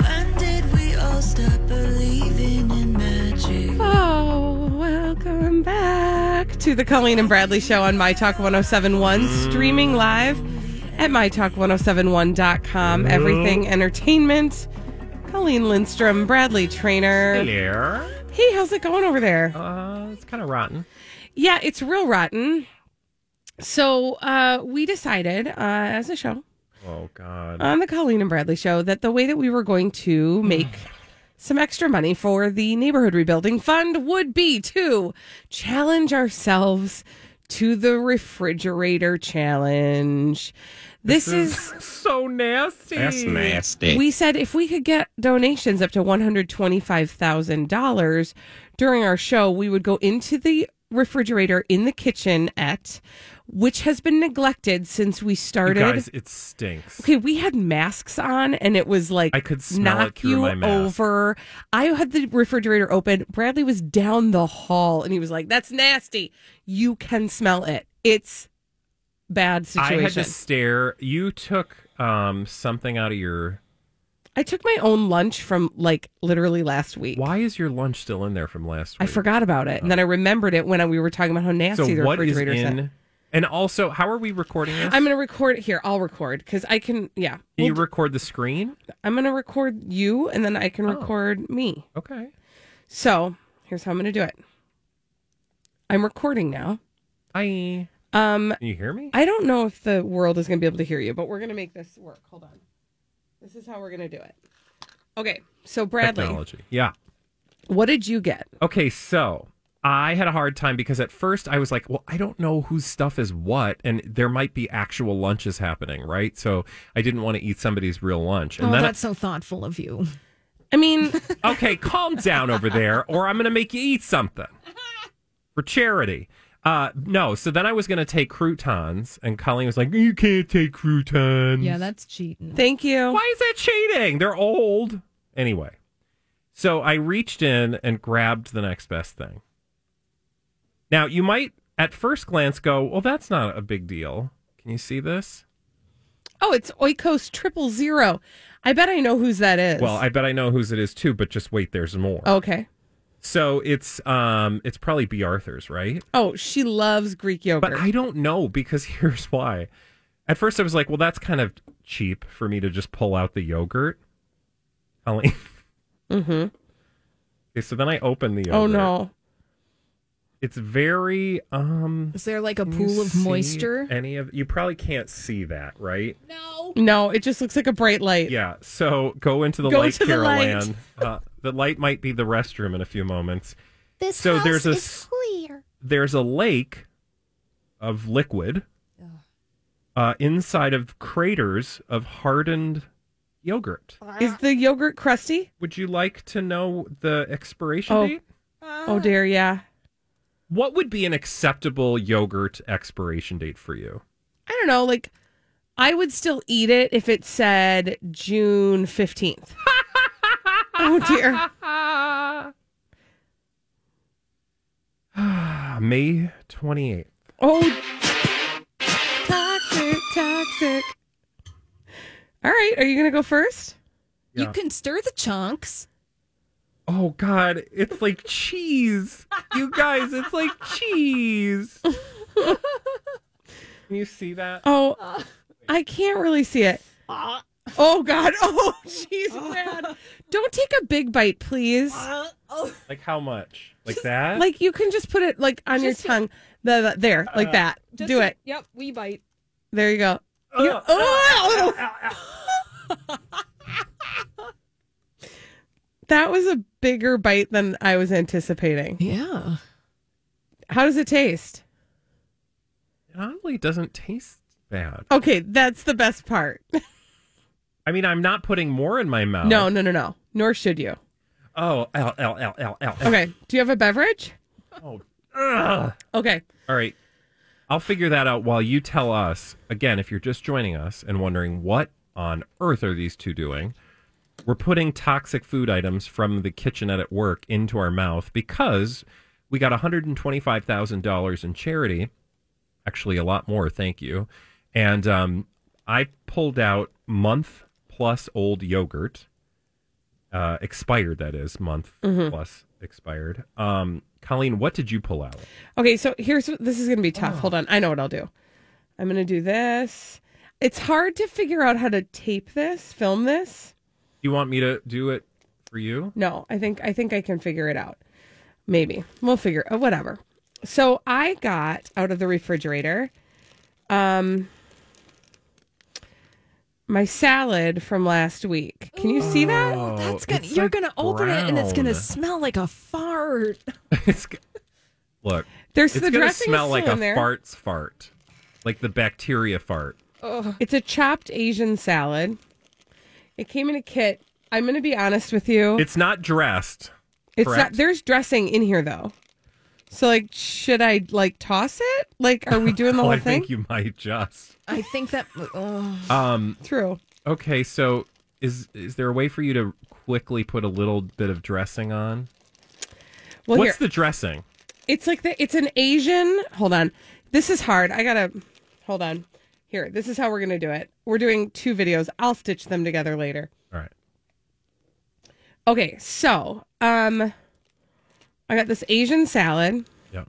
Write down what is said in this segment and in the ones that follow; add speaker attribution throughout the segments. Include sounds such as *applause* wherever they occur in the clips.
Speaker 1: When did we all stop believing in magic?
Speaker 2: Oh, welcome back to the Colleen and Bradley show on My Talk 1071, streaming live at MyTalk1071.com. Everything entertainment. Colleen Lindstrom, Bradley Trainer.
Speaker 3: Hello.
Speaker 2: Hey, how's it going over there?
Speaker 3: Uh, it's kind of rotten.
Speaker 2: Yeah, it's real rotten. So uh, we decided uh, as a show
Speaker 3: Oh God.
Speaker 2: on the Colleen and Bradley show that the way that we were going to make some extra money for the neighborhood rebuilding fund would be to challenge ourselves to the refrigerator challenge. This, is,
Speaker 3: so nasty.
Speaker 4: That's nasty.
Speaker 2: we said if we could get donations up to $125,000 during our show, we would go into the refrigerator in the kitchen at which has been neglected since we
Speaker 3: You
Speaker 2: started.
Speaker 3: guys, it stinks.
Speaker 2: Okay, we had masks on, and it was like
Speaker 3: I could smell it
Speaker 2: knock
Speaker 3: through
Speaker 2: you
Speaker 3: my mask.
Speaker 2: over. I had the refrigerator open. Bradley was down the hall, and he was like, "That's nasty. You can smell it. It's bad situation."
Speaker 3: I
Speaker 2: I,
Speaker 3: had to stare. You took um something out of your.
Speaker 2: took my own lunch from like literally last week.
Speaker 3: Why is your lunch still in there from last
Speaker 2: I
Speaker 3: week?
Speaker 2: forgot about it, and then I remembered it when I, we were talking about how nasty
Speaker 3: So
Speaker 2: the
Speaker 3: what is
Speaker 2: refrigerator
Speaker 3: in? And also, how are we recording this?
Speaker 2: I'm going to record it here. I'll record because I can. Yeah,
Speaker 3: Can you
Speaker 2: We'll-
Speaker 3: record the screen?
Speaker 2: I'm going to record you, and then I can
Speaker 3: Oh.
Speaker 2: record me.
Speaker 3: Okay.
Speaker 2: So here's how I'm going to do it. I'm recording now.
Speaker 3: I.
Speaker 2: Um,
Speaker 3: Can you hear me?
Speaker 2: I don't know if the world is going to be able to hear you, but we're going to make this work. Hold on. This is how we're going to do it. Okay. So, Bradley,
Speaker 3: Technology. Yeah.
Speaker 2: what did you get?
Speaker 3: Okay, so I had a hard time because at first I was like, well, I don't know whose stuff is what, and there might be actual lunches happening, right? So I didn't want to eat somebody's real lunch. And
Speaker 5: Oh,
Speaker 3: then
Speaker 5: that's so thoughtful of you.
Speaker 2: I mean,
Speaker 3: *laughs* okay, calm down over there, or I'm going to make you eat
Speaker 5: *laughs*
Speaker 3: something for charity. Uh, no, so then I was going to take croutons, and Colleen was like, you can't take croutons.
Speaker 5: Yeah, that's cheating.
Speaker 2: thank you.
Speaker 3: Why is that cheating? They're old. Anyway, so I reached in and grabbed the next best thing. Now, you might at first glance go, well, that's not a big deal. Can you see this?
Speaker 2: Oh, it's Oikos triple zero. I bet I know whose that is.
Speaker 3: Well, I bet I know whose it is too, but just wait, there's more.
Speaker 2: Okay.
Speaker 3: So it's um it's probably B. Arthur's, right?
Speaker 2: Oh, she loves Greek yogurt.
Speaker 3: But I don't know because *laughs* here's why. At first I was like, well, that's kind of cheap for me to just pull out the yogurt. Colleen.
Speaker 2: Mhm.
Speaker 3: Okay, so then I open the yogurt.
Speaker 2: oh, no.
Speaker 3: It's very um
Speaker 5: Is there like a
Speaker 3: can you
Speaker 5: pool of
Speaker 3: see
Speaker 5: moisture?
Speaker 3: Any of you probably can't see that, right?
Speaker 5: No.
Speaker 2: No, it just looks like a bright light.
Speaker 3: Yeah. So go into the
Speaker 2: Go
Speaker 3: light,
Speaker 2: to the light.
Speaker 3: Carolan. Uh, the light might be the restroom in a few moments.
Speaker 6: This
Speaker 3: So
Speaker 6: house
Speaker 3: there's a
Speaker 6: is
Speaker 3: s-
Speaker 6: clear.
Speaker 3: There's a lake of liquid uh, inside of craters of hardened yogurt.
Speaker 2: Is the yogurt crusty?
Speaker 3: Would you like to know the expiration
Speaker 2: Oh.
Speaker 3: date?
Speaker 2: Oh, dear. Yeah.
Speaker 3: What would be an acceptable yogurt expiration date for you?
Speaker 2: I don't know. Like, I would still eat it if it said June fifteenth. oh dear.
Speaker 3: Ah, May 28th.
Speaker 2: Oh, toxic, toxic. All right, are you gonna go first?
Speaker 5: You can stir the chunks.
Speaker 3: Oh God, it's like cheese. You guys, it's like
Speaker 2: *laughs*
Speaker 3: cheese. Can you see that?
Speaker 2: Oh, I can't really see it. Oh God! *laughs* Oh, she's mad. Don't take a big bite, please.
Speaker 5: Uh, oh,
Speaker 3: Like how much? Like that?
Speaker 2: Like you can just put it like on your
Speaker 5: Just-
Speaker 2: tongue, the, the- there, like that.
Speaker 5: Just-
Speaker 2: Do it.
Speaker 5: Yep, we bite.
Speaker 2: There you go.
Speaker 3: Ugh.
Speaker 2: You- oh! that was a bigger bite than I was anticipating.
Speaker 5: Yeah.
Speaker 2: How does it taste?
Speaker 3: It honestly doesn't taste bad.
Speaker 2: Okay, that's the best part.
Speaker 3: I mean, I'm not putting more in my mouth.
Speaker 2: No, no, no, no. Nor should you.
Speaker 3: Oh, L L L L L.
Speaker 2: Okay. Do you have a beverage?
Speaker 3: Oh. Ugh.
Speaker 2: Okay.
Speaker 3: All right. I'll figure that out while you tell us. Again, if you're just joining us and wondering what on earth are these two doing, we're putting toxic food items from the kitchenette at work into our mouth because we got $125,000 in charity. Actually, a lot more. Thank you. And um, I pulled out month plus old yogurt, uh, expired, that is, month plus expired. Um, Colleen, what did you pull out?
Speaker 2: Okay, so here's this is going to be tough. Hold on. I know what I'll do. I'm going to do this. It's hard to figure out how to tape this, film this.
Speaker 3: Do you want me to do it
Speaker 2: *laughs*
Speaker 3: for you?
Speaker 2: No, I think I think I can figure it out. Maybe we'll figure uh, whatever. So I got out of the refrigerator, um, my salad from last week. Can you see
Speaker 3: Oh,
Speaker 2: that?
Speaker 5: Oh, That's gonna you're gonna open it and it's gonna smell like a fart.
Speaker 3: it's g- look.
Speaker 2: There's
Speaker 3: it's
Speaker 2: the
Speaker 3: gonna
Speaker 2: dressing is
Speaker 3: smell
Speaker 2: still
Speaker 3: like
Speaker 2: in
Speaker 3: a
Speaker 2: there.
Speaker 3: fart's fart, like the bacteria fart.
Speaker 2: It's a chopped Asian salad. It came in a kit. I'm going to be honest with you.
Speaker 3: It's not dressed.
Speaker 2: It's not.
Speaker 3: correct?
Speaker 2: There's dressing in here though. So like, should I like toss it? Like, are we doing the
Speaker 3: *laughs*
Speaker 2: whole
Speaker 3: Well, Oh, I
Speaker 2: thing?
Speaker 3: think you might just.
Speaker 5: I think that oh,
Speaker 3: Um.
Speaker 2: True.
Speaker 3: Okay. So is is there a way for you to quickly put a little bit of dressing on?
Speaker 2: Well,
Speaker 3: What's
Speaker 2: here
Speaker 3: the dressing?
Speaker 2: it's like the it's an Asian. Hold on, this is hard. I gotta hold on. Here, this is how we're gonna do it. We're doing two videos. I'll stitch them together later.
Speaker 3: All right.
Speaker 2: Okay, so um, I got this Asian salad.
Speaker 3: Yeah.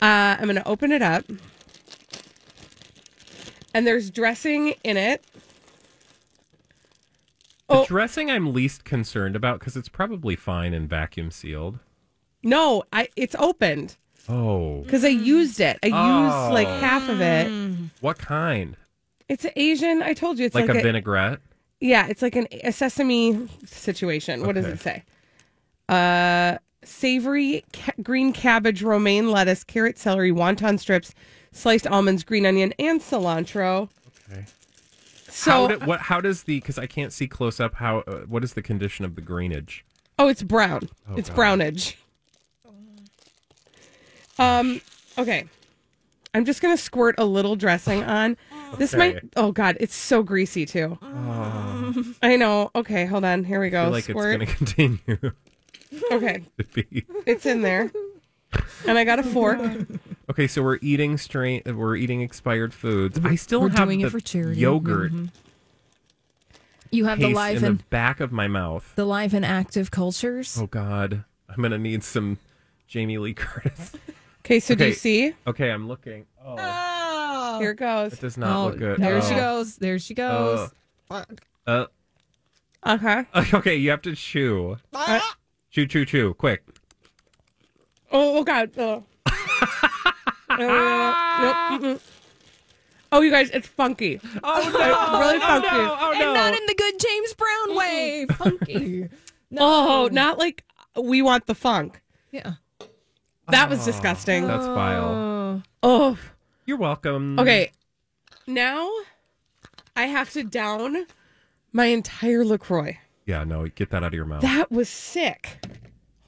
Speaker 2: Uh, I'm gonna open it up, and there's dressing in it.
Speaker 3: The
Speaker 2: Oh.
Speaker 3: dressing I'm least concerned about because it's probably fine and vacuum sealed.
Speaker 2: No, I it's opened.
Speaker 3: Oh,
Speaker 2: because I used it. I used
Speaker 3: Oh.
Speaker 2: like half of it.
Speaker 3: what kind?
Speaker 2: It's an Asian. I told you, it's
Speaker 3: Mm. Like,
Speaker 2: like,
Speaker 3: a vinaigrette?
Speaker 2: yeah, it's like an, a sesame situation. What does
Speaker 3: Okay.
Speaker 2: it say? Uh, savory ca- green cabbage, romaine lettuce, carrot, celery, wonton strips, sliced almonds, green onion, and cilantro.
Speaker 3: Okay.
Speaker 2: So
Speaker 3: how, do, what, how does the because I can't see close up how uh, what is the condition of the greenage?
Speaker 2: Oh, it's brown.
Speaker 3: Oh,
Speaker 2: it's
Speaker 3: God.
Speaker 2: brownage. Um, okay. I'm just gonna squirt a little dressing on. This
Speaker 3: Okay.
Speaker 2: might oh god, it's so greasy too. I know. Okay, hold on. Here we
Speaker 3: Oh. I
Speaker 2: go.
Speaker 3: feel like
Speaker 2: squirt.
Speaker 3: it's going to *laughs* continue
Speaker 2: Okay.
Speaker 3: to be.
Speaker 2: It's in there. And I got a fork.
Speaker 3: Okay, so we're eating strain. We're eating expired foods. I still
Speaker 5: we're
Speaker 3: have
Speaker 5: doing it
Speaker 3: the
Speaker 5: for charity. Mm-hmm.
Speaker 3: yogurt
Speaker 5: you have the
Speaker 3: taste
Speaker 5: live
Speaker 3: in
Speaker 5: and
Speaker 3: the back of my mouth.
Speaker 5: the live and active cultures.
Speaker 3: Oh God, I'm gonna need some Jamie Lee Curtis.
Speaker 2: Okay, so do you
Speaker 3: Okay.
Speaker 2: see?
Speaker 3: Okay, I'm looking. Oh,
Speaker 2: Here it
Speaker 3: it
Speaker 2: goes.
Speaker 3: does not
Speaker 5: Oh,
Speaker 3: look good.
Speaker 5: There
Speaker 3: oh.
Speaker 5: she goes. There she goes.
Speaker 3: Uh,
Speaker 2: Uh-huh.
Speaker 3: *laughs* okay, you have to chew.
Speaker 2: Uh,
Speaker 3: Chew, chew, chew! Quick.
Speaker 2: oh, oh god. Oh. Uh, nope, mm-mm. Oh, you guys, it's funky.
Speaker 3: Ah. Oh
Speaker 2: no, really
Speaker 3: oh
Speaker 2: funky.
Speaker 3: no! Oh
Speaker 5: and
Speaker 3: no!
Speaker 5: not in the good James Brown way. *laughs* Funky.
Speaker 2: Oh, not like we want the funk.
Speaker 5: Yeah.
Speaker 2: That was disgusting.
Speaker 3: That's vile.
Speaker 5: Oh.
Speaker 2: Oh,
Speaker 3: You're welcome.
Speaker 2: okay. Now I have to down my entire LaCroix.
Speaker 3: Yeah, no, get that out of your mouth.
Speaker 2: That was sick.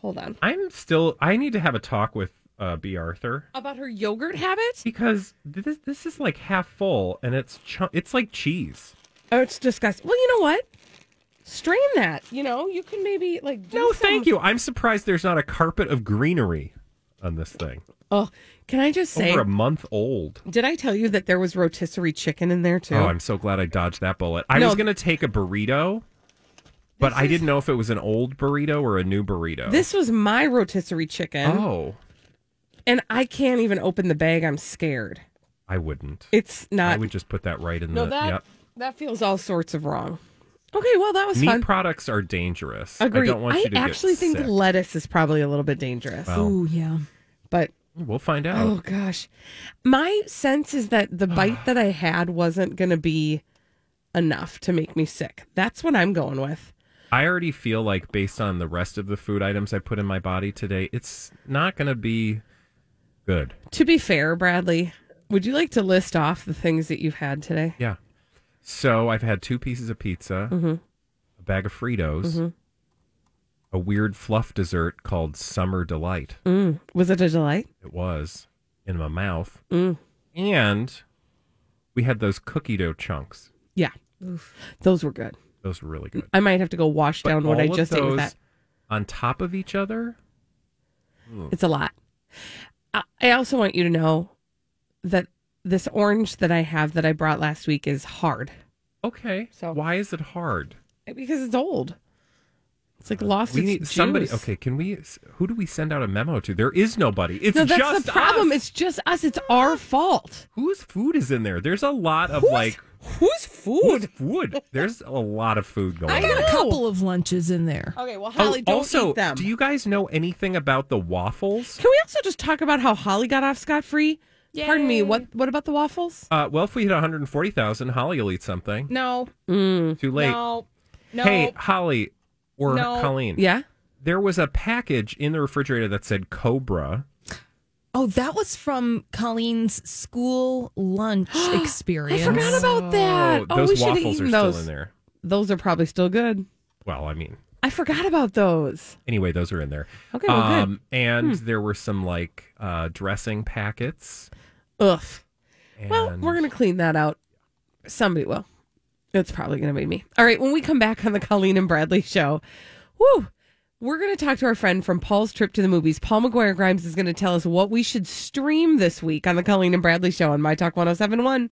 Speaker 2: Hold on.
Speaker 3: I'm still. I need to have a talk with uh, B. Arthur
Speaker 2: About her yogurt habit?
Speaker 3: because this this is like half full and it's chu- it's like cheese.
Speaker 2: Oh, it's disgusting. Well, you know what? Strain that. You know, you can maybe like. Do
Speaker 3: No,
Speaker 2: some-
Speaker 3: thank you. I'm surprised there's not a carpet of greenery on this thing.
Speaker 2: Oh, can I just say,
Speaker 3: Over a month old.
Speaker 2: did I tell you that there was rotisserie chicken in there too?
Speaker 3: Oh, I'm so glad I dodged that bullet. I
Speaker 2: No.
Speaker 3: was gonna take a burrito, but I didn't know if it was an old burrito or a new burrito.
Speaker 2: this was my rotisserie chicken,
Speaker 3: Oh,
Speaker 2: and I can't even open the bag. I'm scared.
Speaker 3: I wouldn't.
Speaker 2: It's
Speaker 3: I
Speaker 2: not
Speaker 3: would just put that right in
Speaker 2: No,
Speaker 3: the.
Speaker 2: that
Speaker 3: yep.
Speaker 2: that feels all sorts of wrong. Okay, well that was
Speaker 3: Meat
Speaker 2: fun.
Speaker 3: products are dangerous.
Speaker 2: Agree.
Speaker 3: I don't want you to
Speaker 2: actually
Speaker 3: get
Speaker 2: think
Speaker 3: sick.
Speaker 2: lettuce is probably a little bit dangerous,
Speaker 3: Well,
Speaker 5: yeah.
Speaker 2: but
Speaker 3: we'll find out.
Speaker 2: Oh gosh. My sense is that the bite that I had wasn't going to be enough to make me sick. That's what I'm going with.
Speaker 3: I already feel like based on the rest of the food items I put in my body today, it's not going to be good.
Speaker 2: To be fair, Bradley, would you like to list off the things that you've had today?
Speaker 3: Yeah. So I've had two pieces of pizza,
Speaker 2: Mm-hmm.
Speaker 3: a bag of Fritos, a weird fluff dessert called Summer Delight.
Speaker 2: Mm. Was it a delight?
Speaker 3: It was in my mouth.
Speaker 2: Mm.
Speaker 3: And we had those cookie dough chunks.
Speaker 2: Yeah. Those were good.
Speaker 3: Those were really good.
Speaker 2: I might have to go wash down what
Speaker 3: all
Speaker 2: I
Speaker 3: of
Speaker 2: just ate with that.
Speaker 3: on top of each other,
Speaker 2: It's a lot. I, I also want you to know that this orange that I have that I brought last week is hard
Speaker 3: okay.
Speaker 2: So-
Speaker 3: why is it hard?
Speaker 2: because it's old. It's like lost
Speaker 3: Uh, we
Speaker 2: its
Speaker 3: need somebody.
Speaker 2: juice.
Speaker 3: Okay, can we? Who do we send out a memo to? There is nobody. It's
Speaker 2: no, that's
Speaker 3: just
Speaker 2: the problem.
Speaker 3: us.
Speaker 2: It's just us. It's our fault.
Speaker 3: whose food is in there? There's a lot of like
Speaker 2: whose
Speaker 3: whose
Speaker 2: food?
Speaker 3: food. There's a lot of food going.
Speaker 2: I
Speaker 3: on.
Speaker 2: got
Speaker 5: A
Speaker 2: No.
Speaker 5: couple of lunches in there.
Speaker 2: Okay, well,
Speaker 3: Oh,
Speaker 2: Holly, don't
Speaker 3: also,
Speaker 2: eat them.
Speaker 3: do you guys know anything about the waffles?
Speaker 2: Can we also just talk about how Holly got off scot free? Pardon me. What? What about the waffles?
Speaker 3: Uh, well, if we hit 140,000, Holly will eat something.
Speaker 4: No.
Speaker 2: Mm.
Speaker 3: Too late.
Speaker 4: No. No.
Speaker 3: Hey, Holly or
Speaker 4: No.
Speaker 3: Colleen.
Speaker 2: Yeah.
Speaker 3: There was a package in the refrigerator that said Cobra.
Speaker 5: Oh, that was from Colleen's school lunch experience.
Speaker 2: I forgot about that. Oh, we
Speaker 3: those
Speaker 2: should have
Speaker 3: waffles are
Speaker 2: eaten
Speaker 3: still
Speaker 2: those.
Speaker 3: in there.
Speaker 2: Those are probably still good.
Speaker 3: Well, I mean,
Speaker 2: I forgot about those.
Speaker 3: anyway, those are in there. Um,
Speaker 2: Okay, well, good. Hmm.
Speaker 3: and there were some like uh, dressing packets.
Speaker 2: Ugh.
Speaker 3: And
Speaker 2: Well, we're gonna clean that out. Somebody will. It's probably gonna be me. All right. When we come back on the Colleen and Bradley show, woo, we're gonna talk to our friend from Paul's trip to the movies. Paul McGuire Grimes is gonna tell us what we should stream this week on the Colleen and Bradley show on My Talk 1071.